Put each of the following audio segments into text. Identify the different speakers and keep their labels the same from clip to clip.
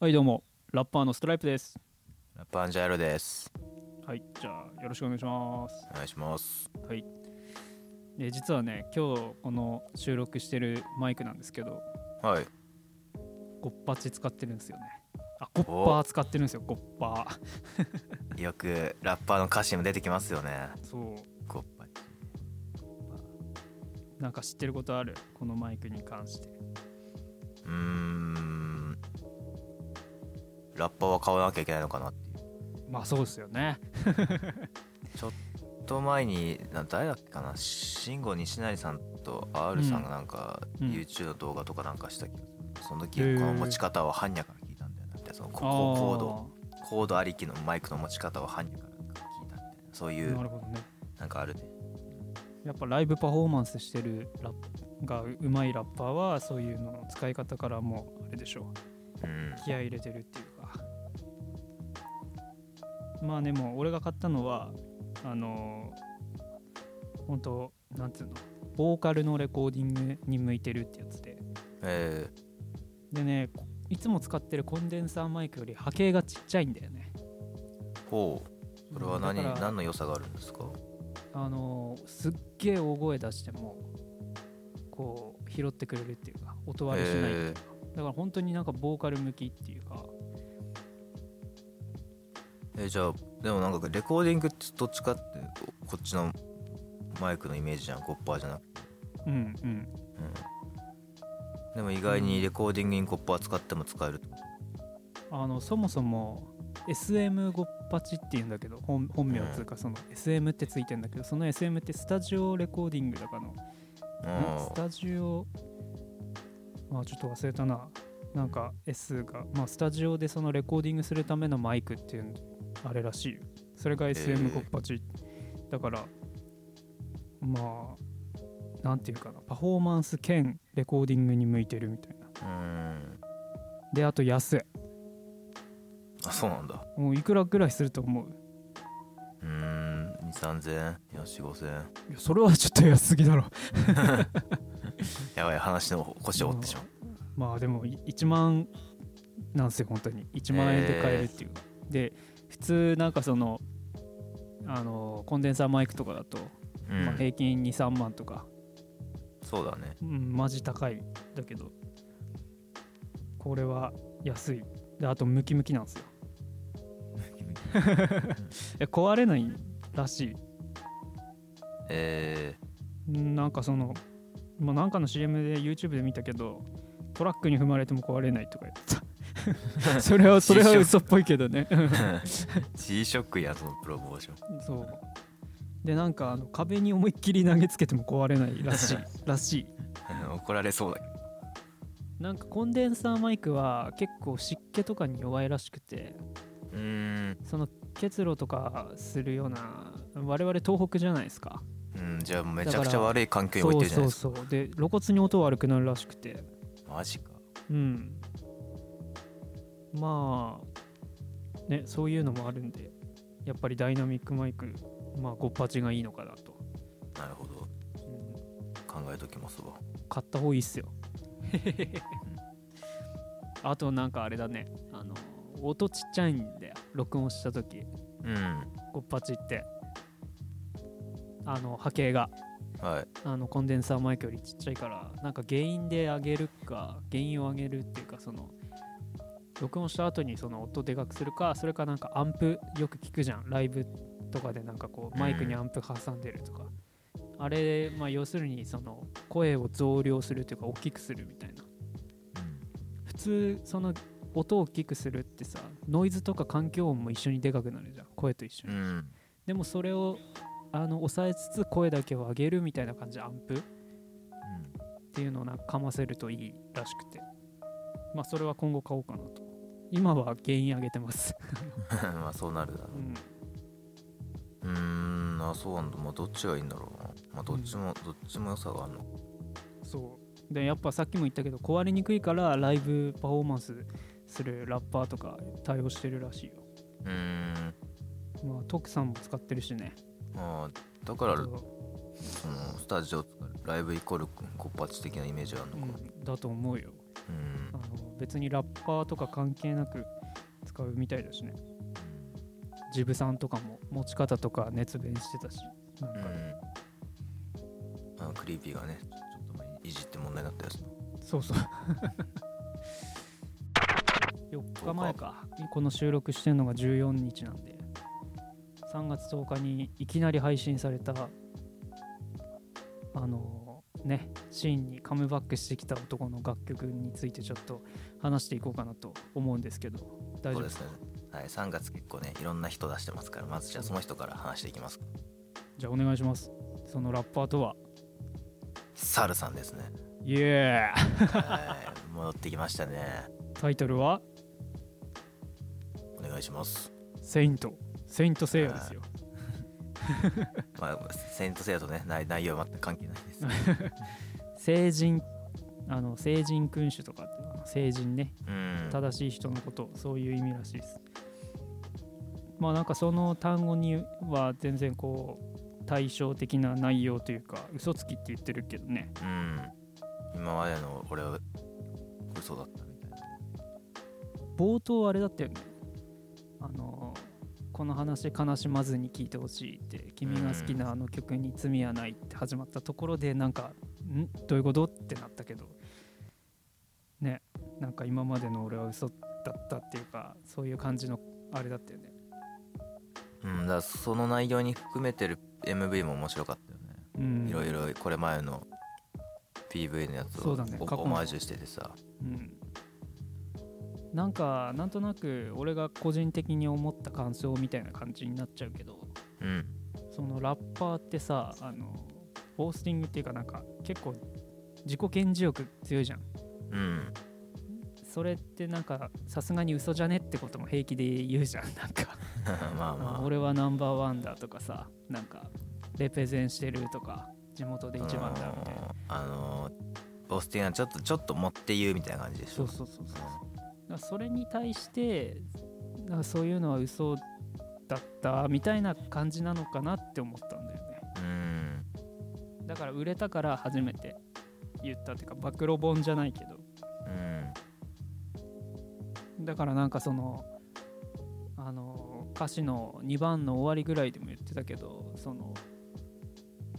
Speaker 1: はいどうもラッパーのストライプです
Speaker 2: ラッパーアンジャイロです。
Speaker 1: はいじゃあよろしくお願いします
Speaker 2: お願いします。
Speaker 1: はいで実はね今日この収録してるマイクなんですけど
Speaker 2: はい。
Speaker 1: ゴッパチ使ってるんですよねあゴッパー使ってるんですよゴッパー
Speaker 2: よくラッパーの歌詞にも出てきますよね。
Speaker 1: そ
Speaker 2: こう
Speaker 1: うなんか知ってることあるこのマイクに関して
Speaker 2: うーん。ラッパーは買わなきゃいけないのかなっていう。
Speaker 1: まあそうですよね
Speaker 2: ちょっと前にな誰だっけかな慎吾西成さんと R さんがなんか、
Speaker 1: うん
Speaker 2: YouTube の動画とかなんかした気がする、その時
Speaker 1: へー
Speaker 2: この持ち方は般若から聞いたんだよなみたいなそのこ
Speaker 1: あ
Speaker 2: こうコードコードありきのマイクの持ち方は般若からなんか聞いたみたいなそうい
Speaker 1: ーな
Speaker 2: う
Speaker 1: るほどね
Speaker 2: なんかあるね
Speaker 1: やっぱライブパフォーマンスしてるラップがうまいラッパーはそういうのの使い方からもうあれでしょう
Speaker 2: うん
Speaker 1: 気合い入れてるっていうかまあでも俺が買ったのはあの本当なんつうのボーカルのレコーディングに向いてるってやつで
Speaker 2: え
Speaker 1: でねこいつも使ってるコンデンサーマイクより波形がちっちゃいんだよね
Speaker 2: ー、ほうそれは何
Speaker 1: だから
Speaker 2: 何の良さがあるんですか
Speaker 1: あのすっげえ大声出してもこう拾ってくれるっていうか音割れしない、
Speaker 2: え
Speaker 1: だから本当になんかボーカル向きっていうか
Speaker 2: ーえじゃあでもなんかレコーディングってどっちかってこっちのマイクのイメージじゃんゴッパーじゃなくて、
Speaker 1: うんうん
Speaker 2: うん、でも意外にレコーディングにゴッパー使っても使えるってこと
Speaker 1: あのそもそも SM ゴッパチっていうんだけど本本名つうかその SM ってついてんだけどその SM ってスタジオレコーディングだからのんスタジオまあちょっと忘れたななんか S が、まあ、スタジオでそのレコーディングするためのマイクっていうあれらしいよそれが
Speaker 2: え
Speaker 1: SM
Speaker 2: ー
Speaker 1: ゴッパチ、だからまあなんていうかなパフォーマンス兼レコーディングに向いてるみたいな
Speaker 2: うん
Speaker 1: であと安い
Speaker 2: あそうなんだ
Speaker 1: もういくらぐらいすると思う
Speaker 2: うーん2 3千0 0 4 5千0
Speaker 1: いやそれはちょっと安すぎだろ
Speaker 2: やばい話の腰を折ってしまう
Speaker 1: まあでもい1万なんですよ本当に1万円で買えるっていう、で普通なんかそのあのコンデンサーマイクとかだと、
Speaker 2: うん、
Speaker 1: まあ、平均23万とか、
Speaker 2: そうだね
Speaker 1: うん、マジ高いだけどこれは安いであとムキムキなんですよ え壊れないらしい
Speaker 2: え
Speaker 1: なんかその、まあ、なんかの CM で YouTube で見たけどトラックに踏まれても壊れないとか言って たそれはそれは嘘っぽいけどね
Speaker 2: ー、G ショックやそのプロモーション
Speaker 1: そうでなんかあの壁に思いっきり投げつけても壊れないら しいらしい
Speaker 2: 怒られそうだけど
Speaker 1: なんかコンデンサーマイクは結構湿気とかに弱いらしくて
Speaker 2: うーん
Speaker 1: その結露とかするような我々東北じゃないですか
Speaker 2: うんじゃあめちゃくちゃ悪い環境に置い
Speaker 1: そ
Speaker 2: て
Speaker 1: う
Speaker 2: るじゃ
Speaker 1: そ
Speaker 2: ないうですか
Speaker 1: そうで露骨に音悪くなるらしくて
Speaker 2: マジか
Speaker 1: うんまあねそういうのもあるんでやっぱりダイナミックマイクまあゴッパチがいいのかなと、
Speaker 2: なるほど
Speaker 1: うん
Speaker 2: 考えときますわ
Speaker 1: 買った方がいいっすよ あとなんかあれだねあの音ちっちゃいんだよ録音した時
Speaker 2: うん
Speaker 1: ゴッパチってあの波形が
Speaker 2: はい
Speaker 1: あのコンデンサーマイクよりちっちゃいからなんか原因で上げるか原因を上げるっていうかその録音した後にその音でかくするかそれかなんかアンプよく聞くじゃんライブとかでなんかこうマイクにアンプ挟んでるとか、あれまあ要するにその声を増量するというか大きくするみたいな普通その音を大きくするってさノイズとか環境音も一緒にでかくなるじゃん声と一緒に
Speaker 2: う、ん
Speaker 1: でもそれをあの抑えつつ声だけを上げるみたいな感じでアンプっていうのをなんかかませるといいらしくてまあそれは今後買おうかなと今は原因上げてます、
Speaker 2: うん まあそうなるだろ
Speaker 1: うん、
Speaker 2: ううーんあそうなんだまあどっちがいいんだろうなまあどっちも、どっちも良さがあるのか
Speaker 1: そうでやっぱさっきも言ったけど壊れにくいからライブパフォーマンスするラッパーとか対応してるらしいよ
Speaker 2: うーん
Speaker 1: まあ徳さんも使ってるしね
Speaker 2: まあだから
Speaker 1: だと
Speaker 2: そのスタジオとかライブイコールコッパチ的なイメージがある
Speaker 1: う
Speaker 2: のか
Speaker 1: んだと思うよ
Speaker 2: ううん
Speaker 1: あの別にラッパーとか関係なく使うみたいだしねジブさんとかも持ち方とか熱弁してたしなんか、
Speaker 2: うんあのクリーピーがねちょっと前にいじって問題になったやつ
Speaker 1: そう そう4日前かこの収録してるのが14日なんで3月10日にいきなり配信されたあのねシーンにカムバックしてきた男の楽曲についてちょっと話していこうかなと思うんですけど大
Speaker 2: そ
Speaker 1: 丈
Speaker 2: う
Speaker 1: 夫
Speaker 2: ですねはい3月結構ねいろんな人出してますからまずじゃあその人から話していきます
Speaker 1: じゃあお願いしますそのラッパーとは
Speaker 2: サルさんですね
Speaker 1: イエー
Speaker 2: はい戻ってきましたね
Speaker 1: タイトルは
Speaker 2: お願いします
Speaker 1: 「セイント」「セイント・セイヤ」ですよ
Speaker 2: まあセイントセイヤとね内内容は全く関係ないです
Speaker 1: 成人あの成人君主とかってあの成人ね
Speaker 2: うん
Speaker 1: 正しい人のことそういう意味らしいですまあなんかその単語には全然こう対照的な内容というか嘘つきって言ってるけどね
Speaker 2: うん今までの俺は嘘だったみたいな
Speaker 1: 冒頭あれだったよねあのこの話悲しまずに聞いてほしいって君が好きなあの曲に罪はないって始まったところでなんかんどういうことってなったけどねなんか今までの俺は嘘だったっていうかそういう感じのあれだったよね
Speaker 2: うんだからその内容に含めてる MV も面白かったよね
Speaker 1: うん
Speaker 2: いろいろこれ前の PV のやつ
Speaker 1: そ
Speaker 2: を
Speaker 1: うだね
Speaker 2: オ
Speaker 1: 過去の
Speaker 2: オマージュしててさ
Speaker 1: うんなんかなんとなく俺が個人的に思った感想みたいな感じになっちゃうけど
Speaker 2: うん
Speaker 1: そのラッパーってさあのボースティングっていうかなんか結構自己顕示欲強いじゃん
Speaker 2: うん
Speaker 1: それってなんかさすがに嘘じゃねってことも平気で言うじゃん なんか
Speaker 2: まあ
Speaker 1: あの
Speaker 2: ま
Speaker 1: 俺はナンバーワンだとかさなんかレペゼンしてるとか地元
Speaker 2: あ
Speaker 1: で一番だみたいな
Speaker 2: うんあのオスティンはちょっとちょっと持って言うみたいな感じでし
Speaker 1: そ
Speaker 2: ょ
Speaker 1: うそうそうそうだからそれに対してなんかそういうのは嘘だったみたいな感じなのかなって思ったんだよね
Speaker 2: うん
Speaker 1: だから売れたから初めて言ったっていうか暴露本じゃないけど
Speaker 2: うん
Speaker 1: だからなんかそのあの歌詞の2番の終わりぐらいでも言ってたけどその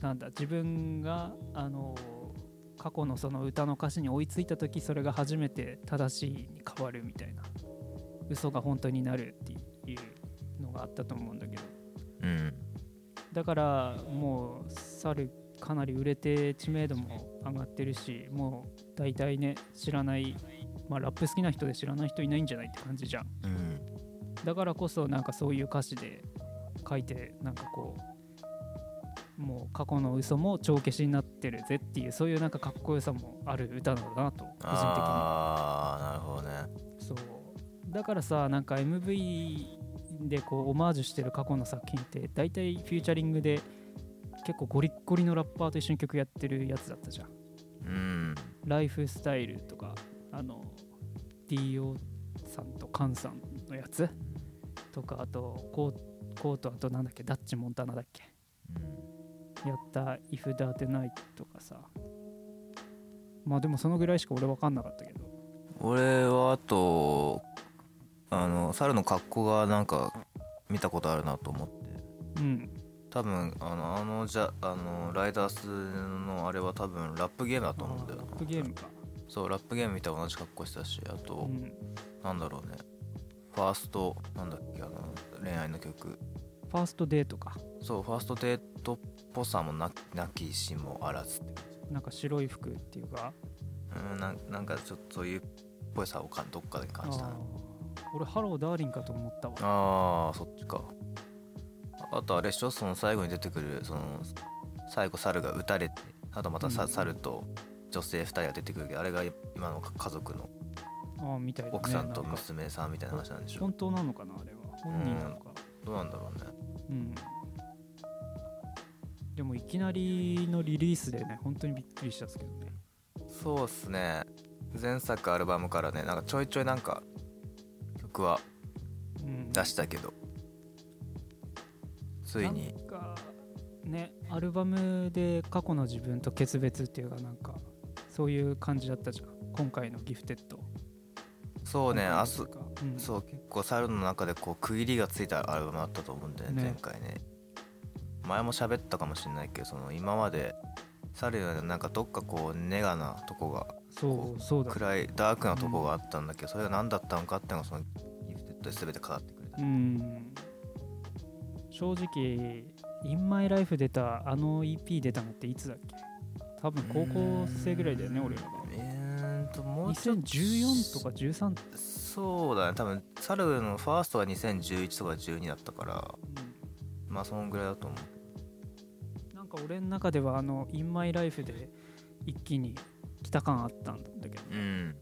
Speaker 1: なんだ自分があの過去のその歌の歌詞に追いついた時それが初めて正しいに変わるみたいな嘘が本当になるっていうのがあったと思うんだけど
Speaker 2: うん
Speaker 1: だからもう猿かなり売れて知名度も上がってるしもう大体ね知らない、まあ、ラップ好きな人で知らない人いないんじゃないって感じじゃん
Speaker 2: うん
Speaker 1: だからこそなんかそういう歌詞で書いてなんかこうもう過去の嘘も帳消しになってるぜっていうそういうなんかかっこよさもある歌なのだなと個人
Speaker 2: ああなるほどね
Speaker 1: 的にそうだからさなんか MV でこうオマージュしてる過去の作品って大体フューチャリングで結構ゴリッゴリのラッパーと一緒に曲やってるやつだったじゃん
Speaker 2: うん
Speaker 1: ライフスタイルとかあの DO さんとカンさんのやつとかあとコーコートあとなんだっけダッチモンタナだっけやった「If That Night」とかさまあでもそのぐらいしか俺分かんなかったけど
Speaker 2: 俺はあとあの猿の格好がなんか見たことあるなと思って
Speaker 1: うん
Speaker 2: 多分あのあのじゃあのライダースのあれは多分ラップゲームだと思うんだよ
Speaker 1: ラ
Speaker 2: な
Speaker 1: ップゲームか
Speaker 2: そうラップゲームみたいな同じ格好してたしあ
Speaker 1: う
Speaker 2: と、
Speaker 1: ん
Speaker 2: なんだろうねファーストなんだっけあの恋愛の曲
Speaker 1: ファーストデートか
Speaker 2: そうファーストデートっぽさもななきしもあらずって
Speaker 1: なんか白い服っていうか
Speaker 2: うんなんなんかちょっとそういうっぽいさをかどっかで感じたな
Speaker 1: あー俺ハローダーリンかと思ったわ
Speaker 2: あーそっちかああとあれでしょその最後に出てくるその最後猿が撃たれてあとまたさ、
Speaker 1: うん
Speaker 2: 猿と女性2人が出てくるけどあれが今の家族の
Speaker 1: あーみたいな、ね、
Speaker 2: 奥さんと
Speaker 1: なんか
Speaker 2: 娘さんみたいな話なんでしょ
Speaker 1: 本当なのかなあれは本人なのか
Speaker 2: どうなんだろうね
Speaker 1: うん、でもいきなりのリリースでね本当にびっくりしたんですけどね
Speaker 2: そうっすね前作アルバムからねなんかちょいちょいなんか曲は
Speaker 1: うん
Speaker 2: 出したけどついに
Speaker 1: なんかねアルバムで過去の自分と決別っていうかなんかそういう感じだったじゃん今回のギフテッド
Speaker 2: そうね明日
Speaker 1: うん、
Speaker 2: そう結構猿の中でこう区切りがついたアルバムだったと思うんだよ
Speaker 1: ね
Speaker 2: ね前回ね前も喋ったかもしれないけどその今まで猿のなんかどっかこうネガなとこが
Speaker 1: そうそうだ
Speaker 2: 暗いダークなとこがあったんだけど、それが何だったのかっていうのがそのギフテッドで全て語ってくれ
Speaker 1: う
Speaker 2: た、
Speaker 1: ん正直「InMyLife」出たあの EP 出たのっていつだっけ多分高校生ぐらいだよね俺らが
Speaker 2: えーっともうちょっと
Speaker 1: 2014とか13、うん
Speaker 2: そうだね多分サルのファーストは2011とか12だったからまあそのぐらいだと思う
Speaker 1: なんか俺の中ではあの「InMyLife」で一気に来た感あったんだけど
Speaker 2: うん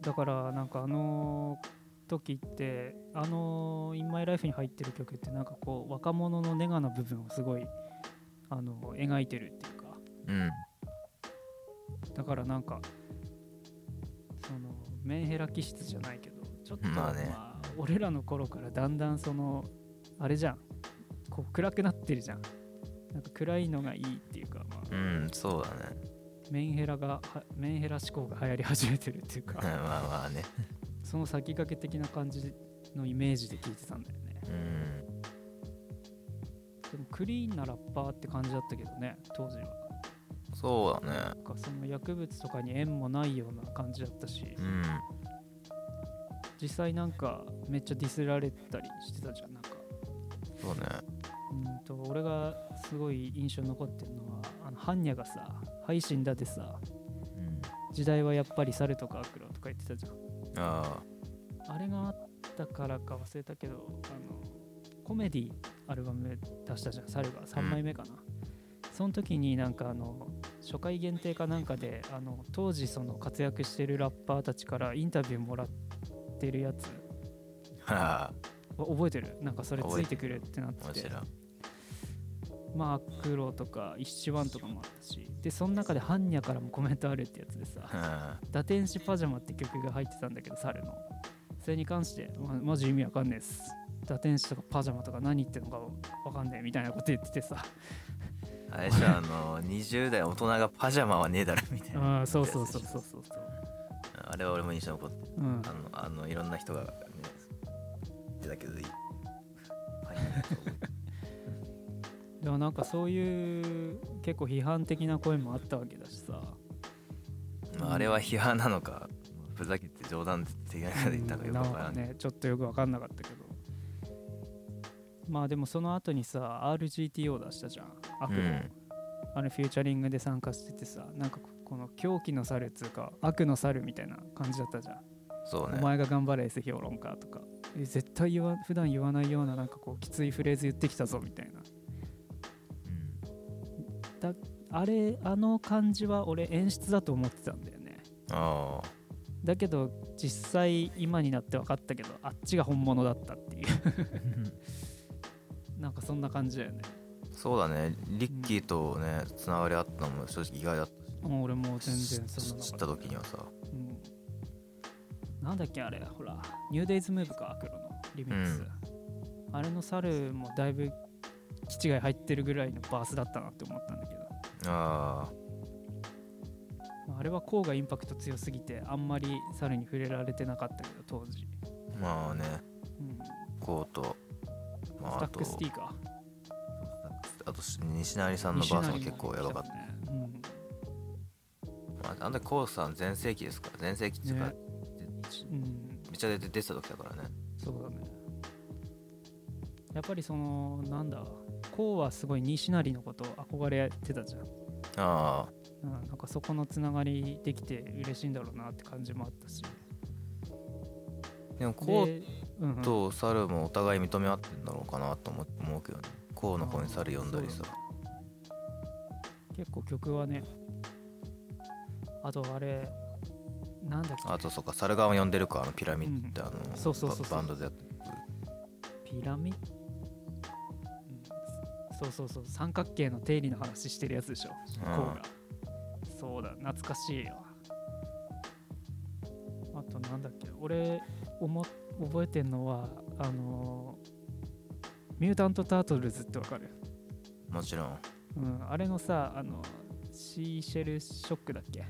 Speaker 1: だからなんかあの時ってあの「InMyLife」に入ってる曲ってなんかこう若者のネガな部分をすごいあの描いてるっていうか
Speaker 2: うん
Speaker 1: だからなんかそのメンヘラ気質じゃないけどちょっと、
Speaker 2: まあね
Speaker 1: まあ俺らの頃からだんだんそのあれじゃんこう暗くなってるじゃんなんか暗いのがいいっていうか、まあ
Speaker 2: うんそうだね
Speaker 1: メンヘラがはメンヘラ思考が流行り始めてるっていう
Speaker 2: ま
Speaker 1: か
Speaker 2: あまあね
Speaker 1: その先駆け的な感じのイメージで聞いてたんだよね
Speaker 2: うん
Speaker 1: でもクリーンなラッパーって感じだったけどね当時は
Speaker 2: そうだね
Speaker 1: なんかその薬物とかに縁もないような感じだったし
Speaker 2: うん
Speaker 1: 実際なんかめっちゃディスられたりしてたじゃんなんか
Speaker 2: そうね
Speaker 1: うんと俺がすごい印象に残ってるのはあのハンニャがさ「配信だ」ってさ
Speaker 2: うん
Speaker 1: 時代はやっぱり猿とか悪路とか言ってたじゃん
Speaker 2: あ
Speaker 1: あれがあったからか忘れたけどあのコメディアルバム出したじゃん猿が3枚目かな、その時になんかあの初回限定かなんかであの当時その活躍してるラッパーたちからインタビューもらってるやつ
Speaker 2: あ
Speaker 1: わ覚えてるなんかそれついてくれってなって
Speaker 2: 面
Speaker 1: て
Speaker 2: 白い
Speaker 1: まあ黒とか一番とかもあったしでその中でハンニャからもコメントあるってやつでさ「堕天使パジャマ」って曲が入ってたんだけど猿のそれに関して、ま、マジ意味わかんねえっす堕天使とかパジャマとか何言ってんのかわかんねえみたいなこと言っててさ
Speaker 2: うんあれじゃああの20代大人がパジャマはねえだろみたい な
Speaker 1: あそうそうそうそうそうそう
Speaker 2: あれは俺も印象残ってる
Speaker 1: うん
Speaker 2: あのあのいろんな人がね言ってたけどいいはい
Speaker 1: でもなんかそういう結構批判的な声もあったわけだしさ
Speaker 2: まあ、あれは批判なのかふざけて冗談的なこと言ったのかよくわからんけ
Speaker 1: ねちょっとよく分かんなかったけどまあでもその後にさ RGTO 出したじゃん悪
Speaker 2: ど、
Speaker 1: の、あれフューチャリングで参加しててさなんかここの狂気の猿っつうか悪の猿みたいな感じだったじゃん、
Speaker 2: そう
Speaker 1: お
Speaker 2: ね
Speaker 1: 前が頑張れ S 評論家とかえ絶対言わ普段言わないようななんかこうきついフレーズ言ってきたぞみたいなあれあの感じは俺演出だと思ってたんだよね
Speaker 2: あ
Speaker 1: だけど実際今になって分かったけどあっちが本物だったっていう
Speaker 2: あ
Speaker 1: なんかそんな感じだよね。
Speaker 2: そうだねリッキーとねつながりあったのも正直意外だっ
Speaker 1: もう俺もう
Speaker 2: た
Speaker 1: 全然
Speaker 2: し
Speaker 1: そんな
Speaker 2: 知
Speaker 1: の
Speaker 2: った時にはさ
Speaker 1: うん、なんだっけあれほら「ニューデイズムーブか黒のリミックス、あれの猿もだいぶ気違い入ってるぐらいのバースだったなって思ったんだけど、
Speaker 2: あ
Speaker 1: まあ、あれはこうがインパクト強すぎてあんまり猿に触れられてなかったけど当時、
Speaker 2: あまあね
Speaker 1: うん、
Speaker 2: こうと、ま
Speaker 1: ス
Speaker 2: あ、
Speaker 1: タ
Speaker 2: あ
Speaker 1: ッ
Speaker 2: と
Speaker 1: クスティーか
Speaker 2: あと西成さんのバースも結構やばかった
Speaker 1: たね、うん
Speaker 2: まあ、あんたこうさん全盛期ですから全盛期っていうか、
Speaker 1: ねうん、
Speaker 2: めっちゃ出て出てた時だからね
Speaker 1: そうだねやっぱりそのなんだこうはすごい西成のこと憧れてたじゃん
Speaker 2: ああ
Speaker 1: うん、なんかそこのつながりできて嬉しいんだろうなって感じもあったし
Speaker 2: でもこう
Speaker 1: でうんうん
Speaker 2: と猿もお互い認め合ってんだろうかなと思思うけどねこうの方に猿呼んだりさ
Speaker 1: 結構曲はねあとあれなんだっ
Speaker 2: あとそうか猿側も呼んでるかあのピラミッ
Speaker 1: う
Speaker 2: ド
Speaker 1: ん
Speaker 2: ってあの
Speaker 1: そうそうそうそう
Speaker 2: ババンドでやって
Speaker 1: けピラミッド、うんそうそうそう三角形の定理の話してるやつでしょ、こうがそうだ懐かしいよあとなんだっけ俺おも覚えてんのはあのーミュータント・タートルズってわかる
Speaker 2: もちろん
Speaker 1: うん、あれのさあのシーシェルショックだっけ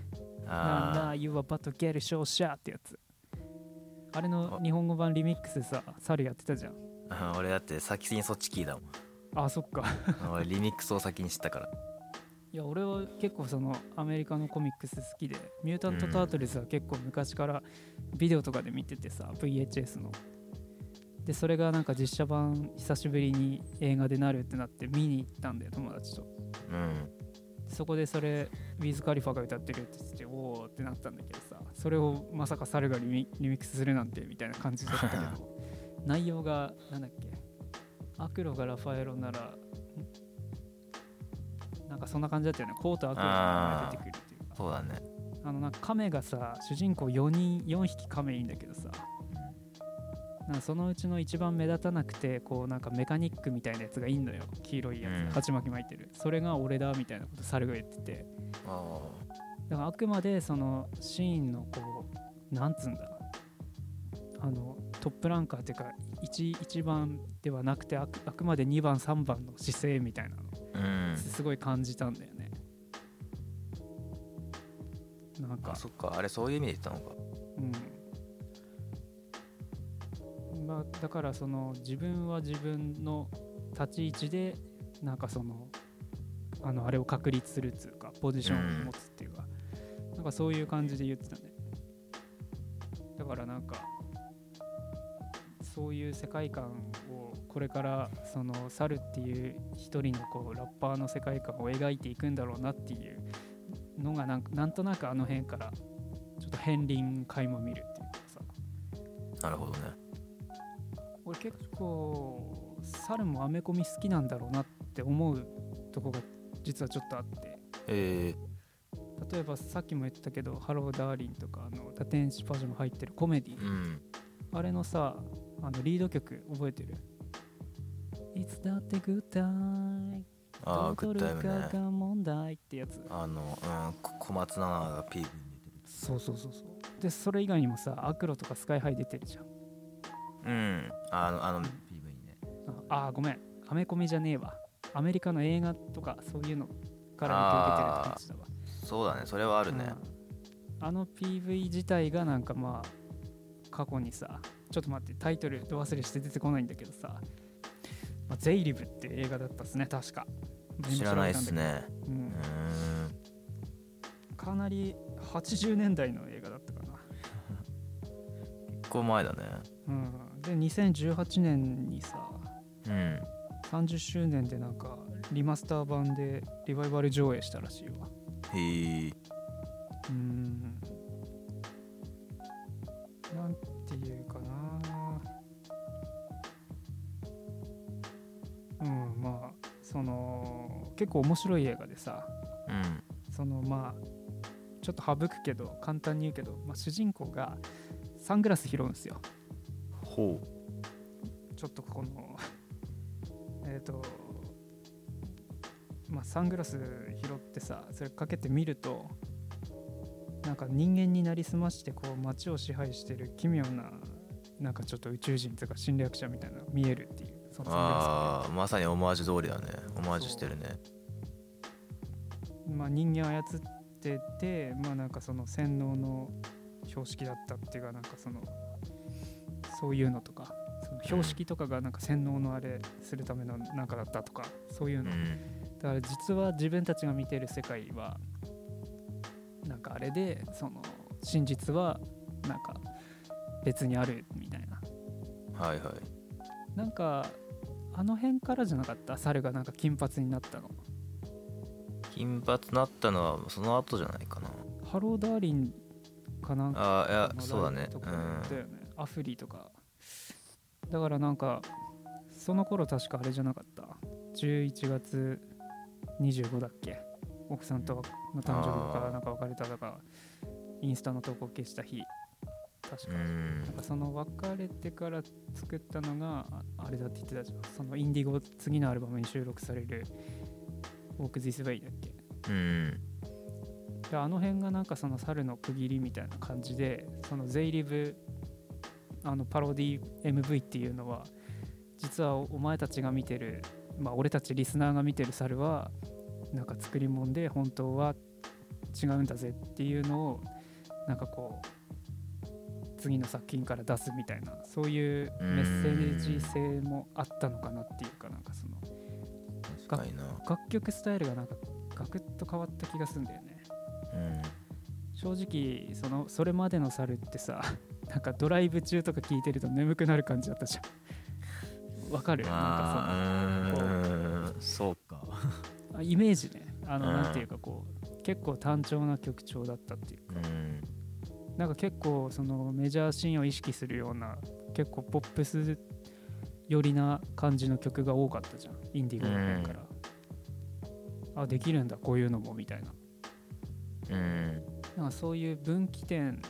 Speaker 1: な
Speaker 2: あ
Speaker 1: な You are about to get shot shot ってやつあれの日本語版リミックスさ猿やってたじゃん
Speaker 2: あ 俺だって先にそっち聞いたも
Speaker 1: あそっか
Speaker 2: ん 俺リミックスを先に知ったから
Speaker 1: いや俺は結構そのアメリカのコミックス好きでミュータント・タートルズは結構昔からビデオとかで見ててさ VHS のでそれがなんか実写版久しぶりに映画でなるってなって見に行ったんだよ友達と
Speaker 2: うん
Speaker 1: そこでそれウィズ・カリファが歌ってるって言ってておーってなったんだけどさそれをまさか猿がリミリミックスするなんてみたいな感じだったけ ど内容がなんだっけアクロがラファエロならんなんかそんな感じだったよねコートアクロが出てくるっていうか
Speaker 2: そうだね
Speaker 1: あのなんか亀がさ主人公4人4匹亀いいんだけどさなんかそのうちの一番目立たなくてこうなんかメカニックみたいなやつがいんのよ黄色いやつ、
Speaker 2: うん
Speaker 1: 鉢巻き巻いてるそれが俺だみたいなこと猿が言ってて
Speaker 2: あ
Speaker 1: だからあくまでそのシーンのこうなんつうんだあのトップランカーっていうか 1, 一番ではなくてあくあくまで2番3番の姿勢みたいなの
Speaker 2: あうん
Speaker 1: すごい感じたんだよね。なんか
Speaker 2: あそっかあれそういう意味で言ったのか
Speaker 1: うんまあ、だからその自分は自分の立ち位置でなんかそのあのあれを確立するっていうかポジションを持つっていうか、なんかそういう感じで言ってたねだからなんかそういう世界観をこれからその猿っていう一人のこうラッパーの世界観を描いていくんだろうなっていうのがなんかなんとなくあの辺からちょっと片鱗垣も見るっていうかさ
Speaker 2: なるほどね
Speaker 1: 俺結構猿もアメコミ好きなんだろうなって思うとこが実はちょっとあって
Speaker 2: え
Speaker 1: 例えばさっきも言ったけど「ハロー・ダーリン」とかあの「堕天使パジャマ」入ってるコメディ
Speaker 2: ー、うん
Speaker 1: あれのさあのリード曲覚えてる ?It's that the good time
Speaker 2: ああ
Speaker 1: どう取
Speaker 2: グッドタイム
Speaker 1: るか
Speaker 2: ね
Speaker 1: が問題ってやつ
Speaker 2: あのうんこ小松菜奈がピークに出てる
Speaker 1: そうそうそうそうでそれ以外にもさアクロとかスカイハイ出てるじゃん
Speaker 2: うんあのあの PV ね
Speaker 1: ああーごめんアメコミじゃねえわアメリカの映画とかそういうのから影響受けてるって感
Speaker 2: そうだねそれはある
Speaker 1: じだ
Speaker 2: ね
Speaker 1: わ、うんあの PV 自体がなんかまあ過去にさちょっと待ってタイトルど忘れして出てこないんだけどさ「まあ、ゼイリブ」っていう映画だったっすね確か
Speaker 2: 知らないっす、ね
Speaker 1: う
Speaker 2: うんーん
Speaker 1: かなり80年代の映画だったかな
Speaker 2: 結構前だね
Speaker 1: うんで2018年にさ
Speaker 2: うん
Speaker 1: 30周年でなんかリマスター版でリバイバル上映したらしいわ
Speaker 2: へえ
Speaker 1: うーんなんていうかなうんまあその結構面白い映画でさ
Speaker 2: うん
Speaker 1: そのまあちょっと省くけど簡単に言うけど、まあ、主人公がサングラス拾うんですよ
Speaker 2: ほう
Speaker 1: ちょっとこの えっとまあサングラス拾ってさそれかけてみるとなんか人間になりすましてこう街を支配してる奇妙ななんかちょっと宇宙人とか侵略者みたいなのが見えるっていうそのサングラスから
Speaker 2: ああまさにオマージュ通りだねオマージュしてるね
Speaker 1: まあ、人間を操ってて、まあ、なんかその洗脳の標識だったっていうかなんかそのそういうのとかその標識とかがなんか洗脳のあれするためのなんかだったとかそういう
Speaker 2: う
Speaker 1: の、
Speaker 2: ん
Speaker 1: だから実は自分たちが見てる世界はなんかあれでその真実はなんか別にあるみたいな
Speaker 2: はいはい
Speaker 1: なんかあの辺からじゃなかった猿がなんか金髪になったの
Speaker 2: 金髪なったのはその後じゃないかな
Speaker 1: ハローダーリンかなんか
Speaker 2: ああいや
Speaker 1: のライブ
Speaker 2: そうだね
Speaker 1: と
Speaker 2: う
Speaker 1: かやった
Speaker 2: ん
Speaker 1: よねアフリとかだからなんかその頃確かあれじゃなかった11月25だっけ奥さんとの誕生日と
Speaker 2: あ
Speaker 1: か
Speaker 2: ー
Speaker 1: なんか別れたとかインスタの投稿消した日確
Speaker 2: う
Speaker 1: か、なん
Speaker 2: ん
Speaker 1: かその別れてから作ったのがああれだって言ってたじゃんそのインディゴ次のアルバムに収録される「Walk This Way」だっけ
Speaker 2: うん
Speaker 1: であの辺がなんかその猿の区切りみたいな感じでそのゼイリブあのパロディ MV っていうのは実はお前たちが見てるまあ俺たちリスナーが見てる猿はなんか作り物で本当は違うんだぜっていうのをなんかこう次の作品から出すみたいなそういうメッセージ性もあったのかなっていうかなんかその
Speaker 2: 確かにな
Speaker 1: 楽曲スタイルがなんかガクッと変わった気がするんだよね
Speaker 2: うん
Speaker 1: 正直そのそれまでの猿ってさ なんかドライブ中とか聞いてると眠くなる感じだったじゃんわかるなんかその
Speaker 2: まあ
Speaker 1: こう
Speaker 2: うーんそうか
Speaker 1: あイメージねあの、
Speaker 2: うん
Speaker 1: なんていうかこう結構単調な曲調だったっていう
Speaker 2: うん
Speaker 1: なんか結構そのメジャーシーンを意識するような結構ポップス寄りな感じの曲が多かったじゃんインディゴの方から、あできるんだこういうのもみたいな
Speaker 2: うん
Speaker 1: なんかそういう分岐点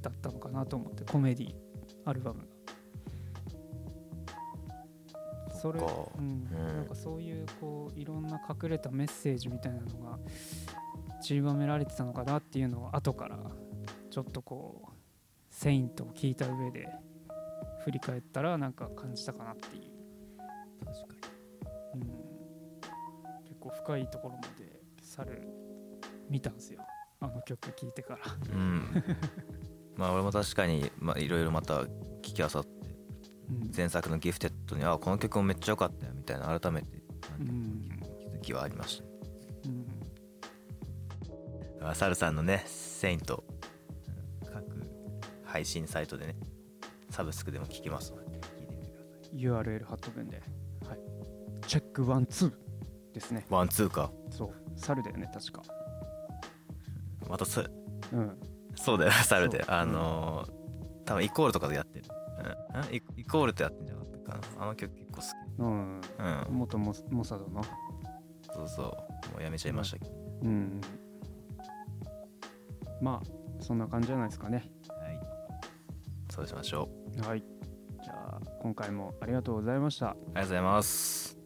Speaker 1: だったのかなと思ってコメディアルバムがそれ
Speaker 2: か
Speaker 1: うん、
Speaker 2: うん
Speaker 1: なんかそういうこういろんな隠れたメッセージみたいなのが散りばめられてたのかなっていうのを後からちょっとこう「セイント」を聞いた上で振り返ったらなんか感じたかなっていう、
Speaker 2: 確か
Speaker 1: うん、結構深いところまで猿見たんですよあの曲聴いてから。
Speaker 2: にうん まあ俺も確かにまあいろいろまた聞きあさって
Speaker 1: うん
Speaker 2: 前作の「ギフテッドにあこの曲もめっちゃ良かったよみたいな改めて
Speaker 1: うん
Speaker 2: 気づきはありまし
Speaker 1: うん
Speaker 2: たあサルさんのね「セイント」各配信サイトでねサブスクでも聞きますので聞いてみてください
Speaker 1: URL 貼っとくんで、はい、チェックワンツーですね
Speaker 2: ワンツーか
Speaker 1: そう猿だよね確か
Speaker 2: またそ
Speaker 1: うん
Speaker 2: そうだよサルで
Speaker 1: そう
Speaker 2: あのー多分イコールとかでやってる、うんん、イイコールってやってんじゃなかったかなあの曲結構
Speaker 1: うん
Speaker 2: 好きうん
Speaker 1: 元モモサドの
Speaker 2: そうそうもうやめちゃいましたけど、
Speaker 1: うんまあそんな感じじゃないですかね
Speaker 2: はいそうしましょう
Speaker 1: はいじゃあ今回もありがとうございました
Speaker 2: ありがとうございます